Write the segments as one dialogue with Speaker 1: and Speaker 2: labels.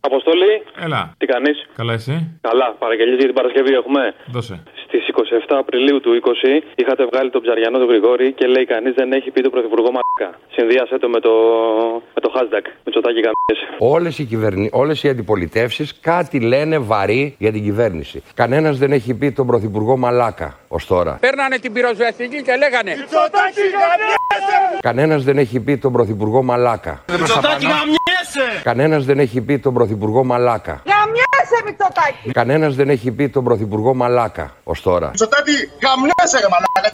Speaker 1: Αποστολή.
Speaker 2: Έλα.
Speaker 1: Τι κάνεις.
Speaker 2: Καλά εσύ.
Speaker 1: Καλά, παραγγελίες για την Παρασκευή έχουμε.
Speaker 2: Δώσε.
Speaker 1: Στι 27 Απριλίου του 20 είχατε βγάλει τον ψαριανό του Γρηγόρη και λέει κανείς δεν έχει πει τον πρωθυπουργό Μαλάκα. Συνδύασε το με το, με το hashtag. Με τσοτάκι καμπιέ.
Speaker 3: Όλες οι, κυβερνη... όλες οι αντιπολιτεύσεις κάτι λένε βαρύ για την κυβέρνηση. Κανένας δεν έχει πει τον Πρωθυπουργό Μαλάκα ως τώρα.
Speaker 4: Παίρνανε την πυροσβεστική και λέγανε
Speaker 3: Κανένας δεν έχει πει τον Πρωθυπουργό Μαλάκα.
Speaker 5: Μητσοτάκι γαμιέσαι!
Speaker 3: Κανένας δεν έχει πει τον Πρωθυπουργό Μαλάκα.
Speaker 6: Γαμιάσαι, Μητσοτάκη!
Speaker 3: Κανένας δεν έχει πει τον Πρωθυπουργό Μαλάκα ως τώρα.
Speaker 5: Μητσοτάκι γαμιέσαι ρε μαλάκα!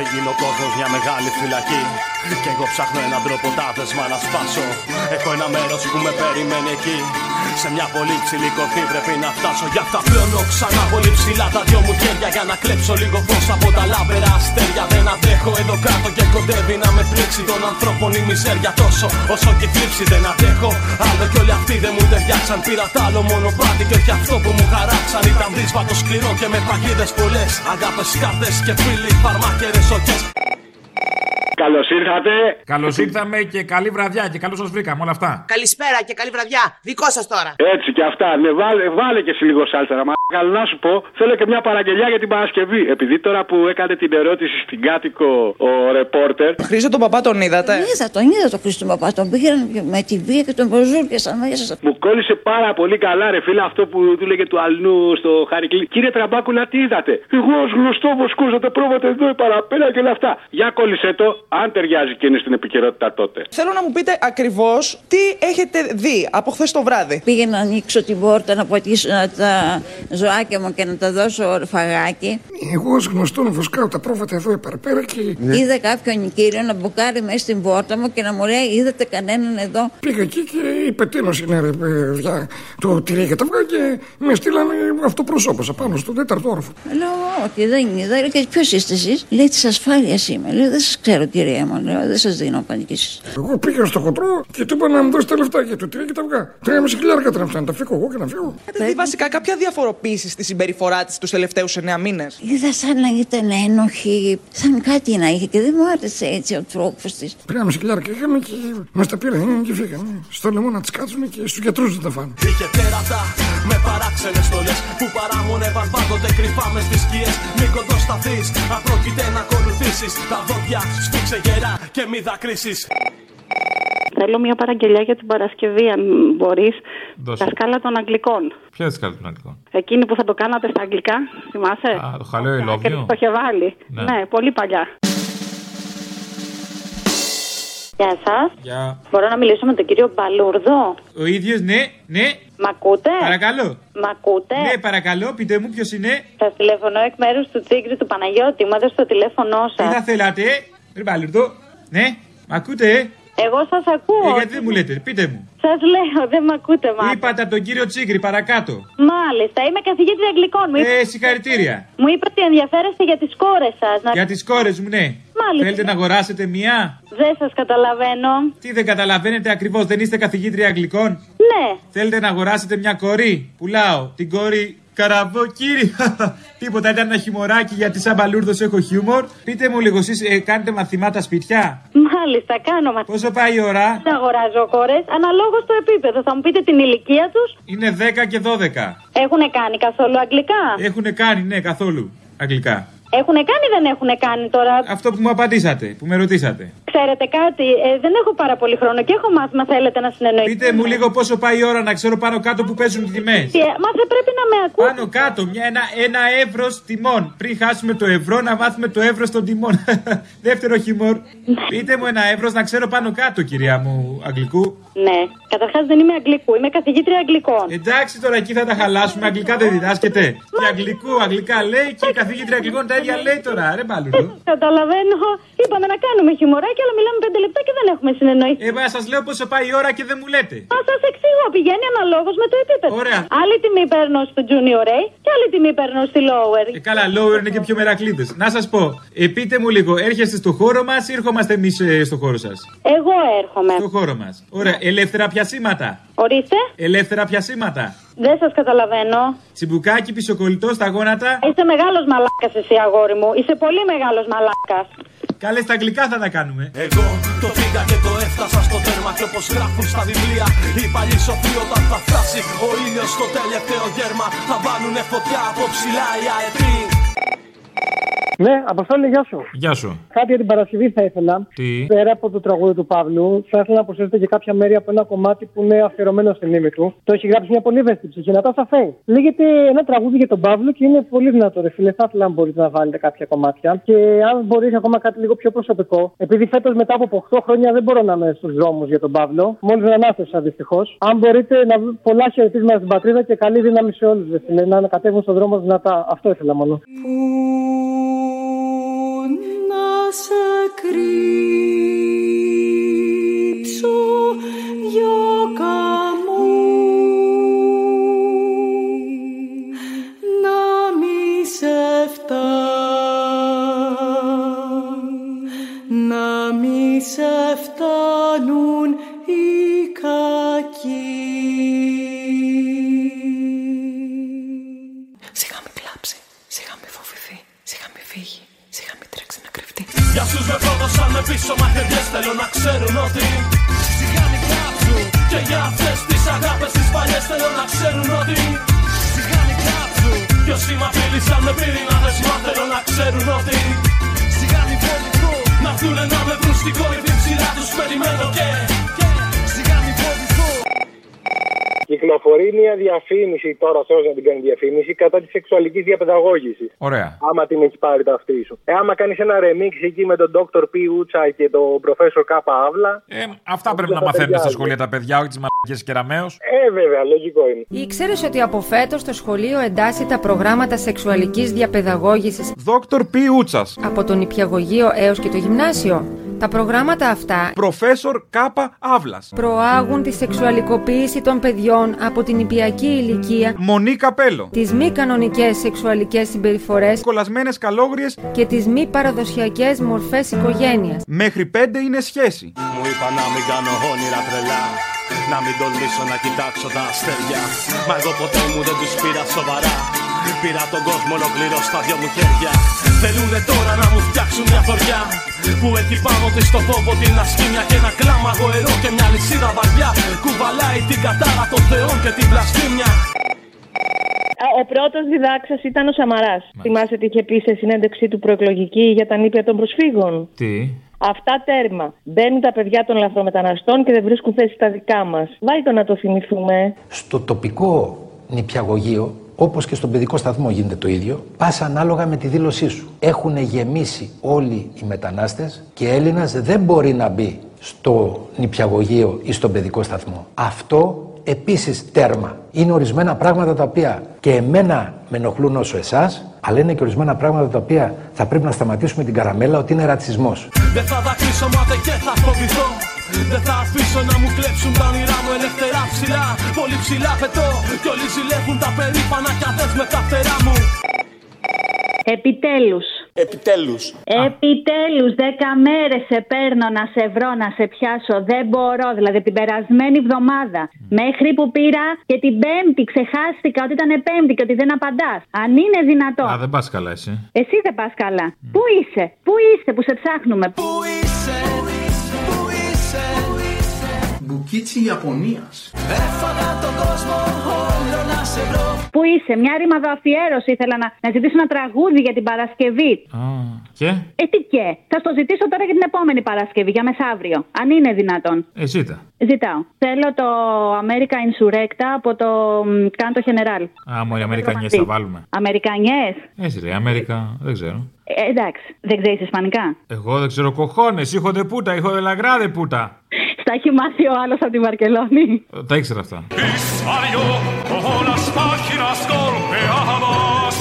Speaker 7: Έγινε ο κόσμος μια μεγάλη φυλακή. Κι εγώ ψάχνω έναν τρόπο τάδεσμα να σπάσω. Έχω ένα μέρος που με περιμένει εκεί. Σε μια πολύ ψηλή κορφή πρέπει να φτάσω. Γι' αυτά πλώνω ξανά πολύ ψηλά τα δυο μου χέρια. Για να κλέψω λίγο φως από τα λάμπερα αστέρια. Δεν αντέχω εδώ κάτω και κοντεύει να με πλήξει. Των ανθρώπων η μιζέρια τόσο όσο και η θλίψη δεν αντέχω. Άλλο κι όλοι αυτοί δεν μου ταιριάξαν. Πήρα τ' άλλο μονοπάτι και όχι αυτό που μου χαράξαν. Ήταν δύσβατο σκληρό και με παγίδες πολλές. Αγάπες κάρτες και φίλοι φαρμάκερε οκέ.
Speaker 8: Καλώς ήρθατε.
Speaker 2: Καλώς ήρθαμε και καλή βραδιά και καλώς σας βρήκαμε όλα αυτά.
Speaker 9: Καλησπέρα και καλή βραδιά. Δικό σας τώρα.
Speaker 8: Έτσι και αυτά. Ναι, βάλε, βάλε και εσύ λίγο σάλτσα να Καλά να σου πω, θέλω και μια παραγγελιά για την Παρασκευή. Επειδή τώρα που έκανε την ερώτηση στην κάτοικο ο ρεπόρτερ.
Speaker 10: Χρήστο τον παπά τον είδατε.
Speaker 11: Είδα τον, είδα τον Χρήστο Παπά. Τον πήγαινε με τη βία και τον προζούριασαν μέσα σας.
Speaker 8: Μου κόλλησε πάρα πολύ καλά, ρε φίλε, αυτό που του λέγε του Αλνού στο Χαρικλή. Κύριε Τραμπάκουλα, τι είδατε. Εγώ ως γνωστό βοσκούσα τα πρόβατα εδώ, η παραπέρα και όλα αυτά. Για κόλλησε το, αν ταιριάζει και είναι στην επικαιρότητα τότε.
Speaker 10: Θέλω να μου πείτε ακριβώς τι έχετε δει από χθες το βράδυ.
Speaker 11: Πήγα να ανοίξω την πόρτα να πατήσω να τα ζωάκια μου και να τα δώσω φαγάκι.
Speaker 12: Εγώ ως γνωστόν βοσκάω τα πρόβατα εδώ επαρπέρα και...
Speaker 11: Ναι. Είδα κάποιον κύριο να μπουκάρει μέσα στην πόρτα μου και να μου λέει: Είδατε κανέναν εδώ.
Speaker 12: Πήγα εκεί και είπε τέλος είναι ρε παιδιά το τυρί και τα αυγά και με στείλανε αυτοπροσώπος απάνω στον τέταρτο όροφο.
Speaker 11: Λέω: Όχι, δεν είδα. Λέω: Και ποιος είστε εσείς. Λέει: Της ασφάλειας είμαι. Λέω: Δεν σας ξέρω, κυρία μου. Λέω: Δεν σας δίνω απαντήσεις.
Speaker 12: Εγώ πήγα στο χοντρό και του είπα να μου δώσει τα λεφτά για το τυρί και τα αυγά. Τρία μισή χιλιάρικα τρέψα να τα φύγω εγώ και να φύγω.
Speaker 10: Έχετε δει βασικά κάποια διαφοροποίηση στη συμπεριφορά της τους τελευταίους 9 μήνες.
Speaker 11: Είδα σαν να ήταν ένοχη, σαν κάτι να είχε και δεν μου άρεσε έτσι ο τρόπος της.
Speaker 12: Τρία μισή χιλιάρικα είχαμε και μας τα πήραν και φύγαμε. Στο λαιμό να τις κάτσουμε και στους γιατρούς να τα φάνε.
Speaker 7: Είχε τέρατα με παράξενες στολές που παράμονευαν πάντοτε κρυφά μες στις σκιές. Μη κοντοσταθείς, απρόκειται να ακολουθήσεις. Τα δόντια σου σφίξε γερά και μη δακρύσεις.
Speaker 13: Θέλω μια παραγγελιά για την Παρασκευή, αν μπορείς.
Speaker 2: Δώσε.
Speaker 13: Τα σκάλα των Αγγλικών.
Speaker 2: Ποια είναι η σκάλα των Αγγλικών.
Speaker 13: Εκείνη που θα το κάνατε στα αγγλικά, θυμάσαι.
Speaker 2: Α, το χαλαίο
Speaker 13: Ε. Και
Speaker 2: ηλόβιο.
Speaker 13: το είχε βάλει.
Speaker 2: Ναι.
Speaker 13: Ναι, πολύ παλιά. Γεια σας.
Speaker 14: Γεια.
Speaker 13: Μπορώ να μιλήσω με τον κύριο Μπαλούρδο.
Speaker 14: Ο ίδιος, ναι, ναι.
Speaker 13: Μ' ακούτε?
Speaker 14: Παρακαλώ.
Speaker 13: Μ' ακούτε?
Speaker 14: Ναι, παρακαλώ, πείτε μου ποιος είναι.
Speaker 13: Σα τηλεφωνώ εκ μέρους του Τσίγκρι του Παναγιώτη. Μου έδωσε το τηλέφωνό
Speaker 14: Τι
Speaker 13: σας.
Speaker 14: θα θέλατε, ε? Ρε Μπαλουρδό. Ναι, μ' ακούτε, ε.
Speaker 13: Εγώ σας
Speaker 14: Ε,
Speaker 13: ακούω.
Speaker 14: γιατί δεν μου λέτε, πείτε μου.
Speaker 13: Σας λέω, δεν με ακούτε, μα.
Speaker 14: Είπατε από τον κύριο Τσίγκρι, παρακάτω.
Speaker 13: Μάλιστα, είμαι καθηγήτρια Αγγλικών. Μου, είπε-
Speaker 14: Ε, συγχαρητήρια.
Speaker 13: μου είπε ότι ενδιαφέρεστε για τις κόρες σας. Να...
Speaker 14: Για τις κόρες μου, ναι.
Speaker 13: Μάλιστα.
Speaker 14: Θέλετε να αγοράσετε μία.
Speaker 13: Δεν σας καταλαβαίνω.
Speaker 14: Τι δεν καταλαβαίνετε ακριβώς, δεν είστε καθηγήτρια Αγγλικών.
Speaker 13: Ναι,
Speaker 14: Θέλετε να αγοράσετε μια κορή. Πουλάω την κορή. Καραβοκύρι. Τίποτα ήταν ένα χιουμοράκι γιατί σαν μπαλούρδος έχω χιούμορ. Πείτε μου λίγο, εσείς κάνετε μαθημάτα σπιτιά.
Speaker 13: μάλιστα, κάνω μα.
Speaker 14: Πόσο πάει η ώρα,
Speaker 13: Δεν αγοράζω κόρε αναλόγως το επίπεδο. Θα μου πείτε την ηλικία τους.
Speaker 14: Είναι 10 και 12.
Speaker 13: Έχουν κάνει καθόλου αγγλικά.
Speaker 14: Έχουν κάνει, ναι, καθόλου αγγλικά.
Speaker 13: Έχουν κάνει ή δεν έχουν κάνει τώρα.
Speaker 14: Αυτό που μου απαντήσατε, που με ρωτήσατε.
Speaker 13: Ξέρετε κάτι, ε, δεν έχω πάρα πολύ χρόνο και έχω μάθημα. Θέλετε να συνεννοηθείτε.
Speaker 14: Πείτε μου λίγο πόσο πάει η ώρα να ξέρω πάνω κάτω που παίζουν οι τιμές.
Speaker 13: Ε, Μα δεν πρέπει να με ακούτε.
Speaker 14: Πάνω κάτω, μια, ένα, ένα ευρώ τιμών. Πριν χάσουμε το ευρώ, να μάθουμε το ευρώ των τιμών. Δεύτερο χιμόρ. Πείτε μου ένα ευρώ να ξέρω πάνω κάτω, κυρία μου Αγγλικού.
Speaker 13: Ναι, καταρχάς δεν είμαι Αγγλικού, είμαι καθηγήτρια Αγγλικών.
Speaker 14: Εντάξει, τώρα εκεί θα τα χαλάσουμε. Αγγλικά δεν διδάσκεται. Και αγγλικού, αγγλικά λέει και η καθηγήτρια αγγλικών τα ίδια λέει τώρα. Ρε μπαλούρδο.
Speaker 13: Καταλαβαίνω. Είπαμε να κάνουμε χιμωράκι, αλλά μιλάμε πέντε λεπτά και δεν έχουμε συνεννοηθεί.
Speaker 14: Ε, μα σας λέω πόσο πάει η ώρα και δεν μου λέτε.
Speaker 13: Θα σας εξηγώ, πηγαίνει αναλόγως με το επίπεδο.
Speaker 14: Ωραία.
Speaker 13: Άλλη τιμή παίρνω στο junior A και άλλη τιμή παίρνω στη lower.
Speaker 14: Ε, καλά, lower είναι και πιο μερακλείδες. Να σας πω, ε, πείτε μου λίγο, έρχεστε στο χώρο μας ή ερχόμαστε εμείς στο χώρο σας.
Speaker 13: Εγώ έρχομαι.
Speaker 14: Στο χώρο μας. Ωραία, ελεύθερα πιασήματα.
Speaker 13: Ορίστε,
Speaker 14: Ελεύθερα πιασήματα.
Speaker 13: δεν σας καταλαβαίνω.
Speaker 14: Τσιμπουκάκι
Speaker 13: Ε.
Speaker 14: πισοκολλητό στα γόνατα.
Speaker 13: Είσαι μεγάλος μαλάκας εσύ, αγόρι μου. Είσαι πολύ μεγάλος μαλάκας.
Speaker 14: Καλές στα αγγλικά θα τα κάνουμε.
Speaker 7: Εγώ το πήγα και το έφτασα στο τέρμα και όπως γράφουν στα βιβλία Οι παλιοί σοφοί όταν θα φτάσει ο ήλιος στο τελευταίο γέρμα Θα βάλουνε φωτιά από ψηλά οι αετοί
Speaker 15: Ναι, Αποστόλη, γεια σου.
Speaker 2: Γεια σου.
Speaker 15: Κάτι για την Παρασκευή θα ήθελα.
Speaker 2: Τι?
Speaker 15: Πέρα από το τραγούδι του Παύλου, θα ήθελα να προσθέσετε και κάποια μέρη από ένα κομμάτι που είναι αφιερωμένο στην ύμη του. Το έχει γράψει μια πολύ ευαίσθητη ψυχή, να τα σαφέ. Λέγεται ένα τραγούδι για τον Παύλο και είναι πολύ δυνατό, ρε φίλε. Θα ήθελα αν μπορείτε να βάλετε κάποια κομμάτια. Και αν μπορεί ακόμα κάτι λίγο πιο προσωπικό. Επειδή φέτος μετά από 8 χρόνια δεν μπορώ να είμαι στους δρόμους για τον Παύλο. Μόλις τον ανάστευσα δυστυχώς. Αν μπορείτε να βρω- πολλά χαιρετίσματα στην πατρίδα και καλή δύναμη σε όλους, ρε φίλε. Να ανακατεύουν στον δρόμο δυνατά. Αυτό ήθελα μόνο.
Speaker 16: να σε κρύψω δυο καμού να μη σε φτάνουν να μη σε φτάνουν οι κακοί Σιγά μην κλάψει, σιγά μην φοβηθεί, σιγά μην φύγει, σιγά μην τρέξει να κρυφτεί.
Speaker 7: Για αυτούς με πρόδωσαν με πίσω μαχαιριές θέλω να ξέρουν ότι Σιγάνι κάψουν και για αυτές τις αγάπες τις παλιές θέλω να ξέρουν ότι Σιγάνι κάψουν Ποιο σήμα φίλησαν με πύρινα δεσμά θέλω να ξέρουν ότι Σιγάνι βοηθούν να έρθουνε να με βρουν στην κορυφή ψηλά τους περιμένω και Σιγάνι βοηθούν
Speaker 17: Κυκλοφορεί μια διαφήμιση τώρα, θέλω να την κάνει διαφήμιση, κατά της σεξουαλικής διαπαιδαγώγησης.
Speaker 2: Ωραία.
Speaker 17: Άμα την έχει πάρει τα αυτή σου. Ε, άμα κάνεις ένα remix εκεί με τον Dr. P. Ούτσα και τον Professor K. Αύλα.
Speaker 2: Ε, Αυτά πρέπει να μαθαίνουν στα σχολεία τα παιδιά, όχι τις μαλακίε κεραμέω.
Speaker 17: Ε, βέβαια, λογικό είναι.
Speaker 18: Ήξερε ότι από φέτος το σχολείο εντάσσει τα προγράμματα σεξουαλικής διαπαιδαγώγησης
Speaker 19: Δόκτωρ Πιούτσα.
Speaker 18: από το νηπιαγωγείο έως και το γυμνάσιο. Τα προγράμματα αυτά
Speaker 19: Προφέσορ Κάπα Αύλας.
Speaker 18: προάγουν τη σεξουαλικοποίηση των παιδιών από την νηπιακή ηλικία,
Speaker 19: Μονή Καπέλο.
Speaker 18: τις μη κανονικές σεξουαλικές συμπεριφορές
Speaker 19: Κολλασμένες καλόγριες
Speaker 18: και τις μη παραδοσιακές μορφές οικογένειας.
Speaker 19: μέχρι πέντε είναι σχέση.
Speaker 7: Μου είπα να μην κάνω όνειρα τρελά Να μην τολμήσω να κοιτάξω τα αστέρια Μα εγώ ποτέ μου δεν τους πήρα σοβαρά Πήρα τον κόσμο ολοκληρώ στα δυο μου χέρια Θέλουνε τώρα να μου φτιάξουν μια θωριά Που έχει πάνω της το φόβο την ασκήμια Και ένα κλάμα γοερό και μια λυσίδα βαριά Κουβαλάει την κατάρα των θεών και την πλαστήμια
Speaker 20: Ο πρώτος διδάξας ήταν ο Σαμαράς. Θυμάσαι τι είχε πει σε συνέντευξή του προεκλογική για τα νήπια των προσφύγων.
Speaker 2: Τι.
Speaker 20: Αυτά τέρμα. Μπαίνουν τα παιδιά των λαθρομεταναστών και δεν βρίσκουν θέση στα δικά μας. Βάλτε να το θυμηθούμε.
Speaker 21: Στο τοπικό νηπιαγωγείο, όπως και στον παιδικό σταθμό γίνεται το ίδιο, πας ανάλογα με τη δήλωσή σου. Έχουν γεμίσει όλοι οι μετανάστες και Έλληνας δεν μπορεί να μπει στο νηπιαγωγείο ή στον παιδικό σταθμό. Αυτό επίσης τέρμα. Είναι ορισμένα πράγματα τα οποία και εμένα με ενοχλούν όσο εσάς, αλλά είναι και ορισμένα πράγματα τα οποία θα πρέπει να σταματήσουμε την καραμέλα ότι είναι ρατσισμός.
Speaker 7: Δεν θα δακρύσω μάθε και θα φοβηθώ Δεν θα αφήσω να μου κλέψουν τα όνειρά μου ελεύθερα ψηλά Πολύ ψηλά πετώ Κι όλοι ζηλεύουν τα περήφανα κι αδές με τα φτερά μου
Speaker 22: Επιτέλους.
Speaker 7: Επιτέλους
Speaker 22: Επιτέλους, δέκα μέρες σε παίρνω να σε βρω, να σε πιάσω. Δεν μπορώ, δηλαδή την περασμένη εβδομάδα. Μέχρι που πήρα και την Πέμπτη, ξεχάστηκα ότι ήταν Πέμπτη και ότι δεν απαντάς. Αν είναι δυνατό.
Speaker 2: Α, δεν πας καλά εσύ.
Speaker 22: Εσύ δεν πας καλά. Πού είσαι, πού είσαι που σε ψάχνουμε. Πού είσαι, πού είσαι, πού είσαι.
Speaker 5: Μπουκίτσι Ιαπωνίας.
Speaker 22: Έφαγα τον κόσμο όλο να σε βρω. Πού είσαι, μια ρήμα εδώ αφιέρωση ήθελα να, να ζητήσω ένα τραγούδι για την Παρασκευή.
Speaker 2: Και.
Speaker 22: Ε, τι και, θα στο ζητήσω τώρα για την επόμενη Παρασκευή, για μεσαύριο, αν είναι δυνατόν.
Speaker 2: Ε, ζήτα.
Speaker 22: Ζητάω. Θέλω το America Insurrecta από το μ, Κάντο General.
Speaker 2: Α, μόνο οι Αμερικανιέ θα βάλουμε. Ε,
Speaker 22: Αμερικανιές.
Speaker 2: Έτσι λέει, Αμέρικα, δεν ξέρω.
Speaker 22: Ε, εντάξει, δεν ξέρεις Ισπανικά.
Speaker 2: Εγώ δεν ξέρω κοχώνες, ήχο δε πούτα, ήχο δε λαγράδε πούτα.
Speaker 22: Στα έχει μάθει ο άλλος από τη Βαρκελόνη.
Speaker 2: Ε, Τα ήξερα αυτά.
Speaker 7: Salió con las páginas golpeadas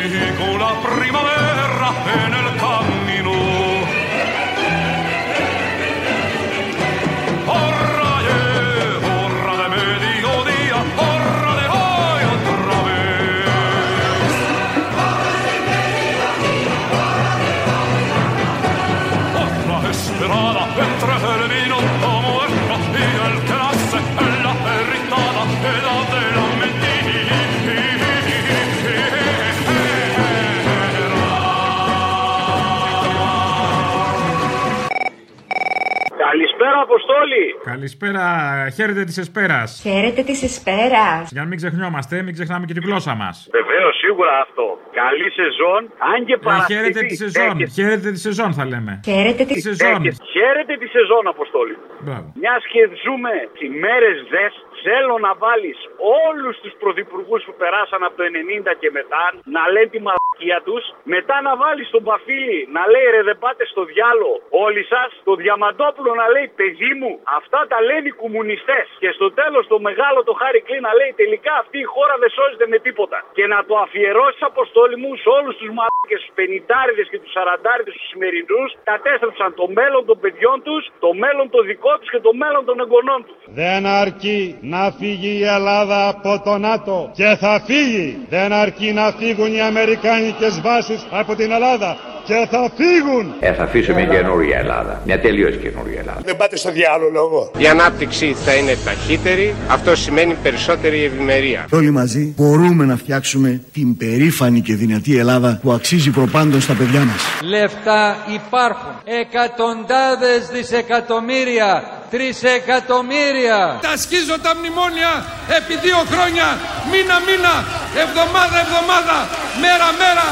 Speaker 7: Y con la primavera en el camino Horra ye, horra de mediodía, horra de hoy otra vez La esperada entre el vino como y el que nace en la perritada edad de
Speaker 17: όλοι.
Speaker 2: Καλησπέρα, χαίρετε της Εσπέρας.
Speaker 1: Χαίρετε της Εσπέρας.
Speaker 2: Για να μην ξεχνιόμαστε, μην ξεχνάμε και τη γλώσσα μας.
Speaker 17: Βεβαίως, σίγουρα αυτό. Καλή σεζόν, αν και Παρασκευή.
Speaker 2: Ε, Χαίρετε τη σεζόν,
Speaker 17: έχετε-
Speaker 2: χαίρετε τη σεζόν θα λέμε.
Speaker 17: Χαίρετε
Speaker 2: τη σεζόν.
Speaker 17: έχετε- Χαίρετε τη σεζόν, Αποστόλη.
Speaker 2: Μπράβο.
Speaker 17: Μιας και ζούμε τι μέρες δες, θέλω να βάλεις όλους τους πρωθυπουργούς που περάσαν από το 90 και μετά να λένε τη μαλακία τους. Μετά να βάλεις τον Παφίλη να λέει ρε δεν πάτε στο διάλο όλοι σας. Το Διαμαντόπουλο να λέει παιδί μου αυτά τα λένε οι κομμουνιστές. Και στο τέλος το μεγάλο το χάρη κλεί να λέει τελικά αυτή η χώρα δεν σώζεται με τίποτα. Και να το αφιερώσει αποστόλη μου σε όλους τους μαλακίε, τους πενιτάριδες και τους σαραντάριδες τους σημερινούς. Κατέστρεψαν το μέλλον των παιδιών τους, το μέλλον το δικό τους και το μέλλον των εγγονών τους.
Speaker 4: Δεν αρκεί να φύγει η Ελλάδα από το ΝΑΤΟ και θα φύγει. Δεν αρκεί να φύγουν οι Αμερικάνικες βάσεις από την Ελλάδα και θα φύγουν.
Speaker 23: Ε, θα αφήσουμε καινούργια Ελλάδα. Μια τελείως καινούργια Ελλάδα.
Speaker 4: Δεν πάτε στο διάλογο.
Speaker 24: Η ανάπτυξη θα είναι ταχύτερη. Αυτό σημαίνει περισσότερη ευημερία.
Speaker 25: Όλοι μαζί μπορούμε να φτιάξουμε την περήφανη και δυνατή Ελλάδα που αξίζει προπάντων στα παιδιά μας.
Speaker 26: Λεφτά υπάρχουν. Εκατοντάδες δισεκατομμύρια. Τρισεκατομμύρια.
Speaker 27: Τα σκίζω τα μνημόνια επί δύο χρόνια, μήνα μήνα, εβδομάδα εβδομάδα, μέρα μέρα,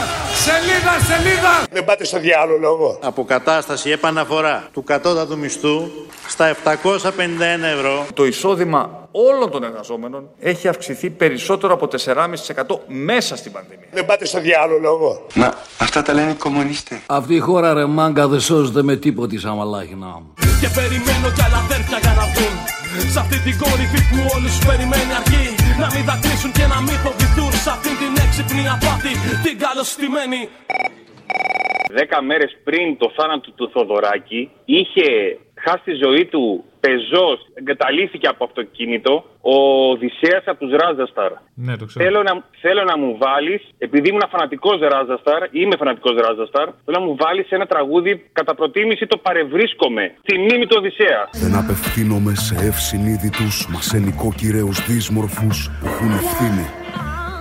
Speaker 27: σελίδα σελίδα.
Speaker 4: Δεν πάτε στο διάλογο.
Speaker 28: Αποκατάσταση, επαναφορά του κατώτατου μισθού στα 751 ευρώ.
Speaker 29: Το εισόδημα όλων των εργαζόμενων έχει αυξηθεί περισσότερο από 4,5% μέσα στην πανδημία.
Speaker 4: Δεν πάτε στο διάλογο.
Speaker 30: Να, αυτά τα λένε οι κομμουνιστές. Αυτή η χώρα ρε μάγκα δεν σώζεται με τίποτη σαμαλάχινα μου.
Speaker 7: Και περιμένω κι άλλα αδέρφια για να βγουν Σ' αυτή την κορυφή που όλους περιμένει αργή Να μην δακρύσουν και να μην φοβηθούν Σ' αυτή την έξυπνη απάτη Την καλωστημένη
Speaker 29: Δέκα μέρες πριν το θάνατο του Θοδωράκη είχε χάσει τη ζωή του πεζός, εγκαταλείφθηκε από αυτοκίνητο ο Οδυσσέας από τους Ράζασταρ.
Speaker 2: Ναι, το ξέρω.
Speaker 29: Θέλω να, θέλω να μου βάλεις, επειδή ήμουν φανατικός Ράζασταρ, είμαι φανατικός Ράζασταρ, θέλω να μου βάλεις ένα τραγούδι κατά προτίμηση το παρευρίσκομαι. Στη μνήμη του Οδυσσέα.
Speaker 30: Δεν απευθύνομαι σε ευσυνείδητους Μα σε νοικοκυρέους δύσμορφους που έχουν ευθύνη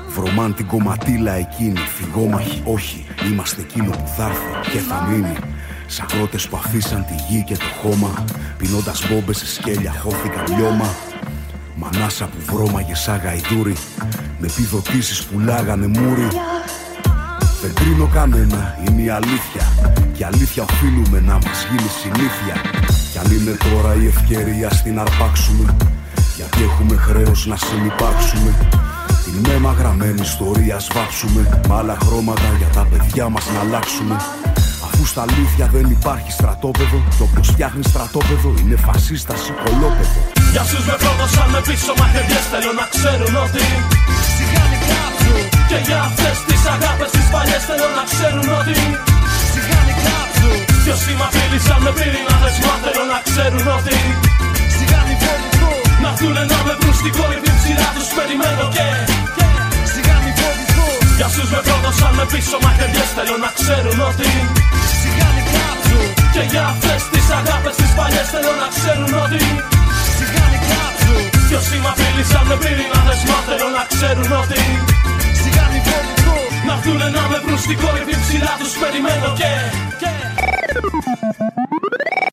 Speaker 30: Βρωμάν την κομματήλα εκείνη Φυγόμαχοι όχι Είμαστε εκείνο που θα έρθει και θα μείνει Σακρότες που αφήσαν τη γη και το χώμα Πινώντας μπόμπες σε σκέλια χώθηκαν λιώμα Μανάσα που βρώμαγε σαν γαϊδούρι Με επιδοτήσεις που λάγανε μούρι δεν κρίνω κανένα, είναι η αλήθεια Και αλήθεια οφείλουμε να μας γίνει συνήθεια Κι αν είναι τώρα η ευκαιρία στην αρπάξουμε Γιατί έχουμε χρέος να συνυπάρξουμε Την μέμα γραμμένη ιστορία σβάψουμε Μ' άλλα χρώματα για τα παιδιά μας να αλλάξουμε Αφού στα αλήθεια δεν υπάρχει στρατόπεδο Το όποιος φτιάχνει στρατόπεδο είναι φασίστας ή κολόπεδο
Speaker 7: Για όσους με πρόδωσαν με πίσω μαχαιριές Θέλω να ξέρουν ότι Σιγάνι κάψου Και για αυτές τις αγάπες τις παλιές Θέλω να ξέρουν ότι Σιγάνι κάψου Κι όσοι μ' απειλήσαν με πύρινα δεσμά Θέλω να ξέρουν ότι Σιγάνι φοβηθώ Να έρθουνε να με βρουν στην κορυφή ψηλά τους Περιμένω και Σιγάνι φοβηθώ Για όσους με πρόδωσαν με πίσω μαχαιριές Θέλω να ξέρουν ότι Σιγάνι κάψου Και για αυτές τις αγάπες τις παλιές Θέλω να ξέρουν ότι Σιγάνι κάψου Κι όσοι μ' απειλήσαν με πύρινα δεσμά Θέλω να ξέρουν ότι Σιγάνι φοβηθώ Να έρθουνε να με βρουν στην κορυφή ψηλά τους περιμένω και, και...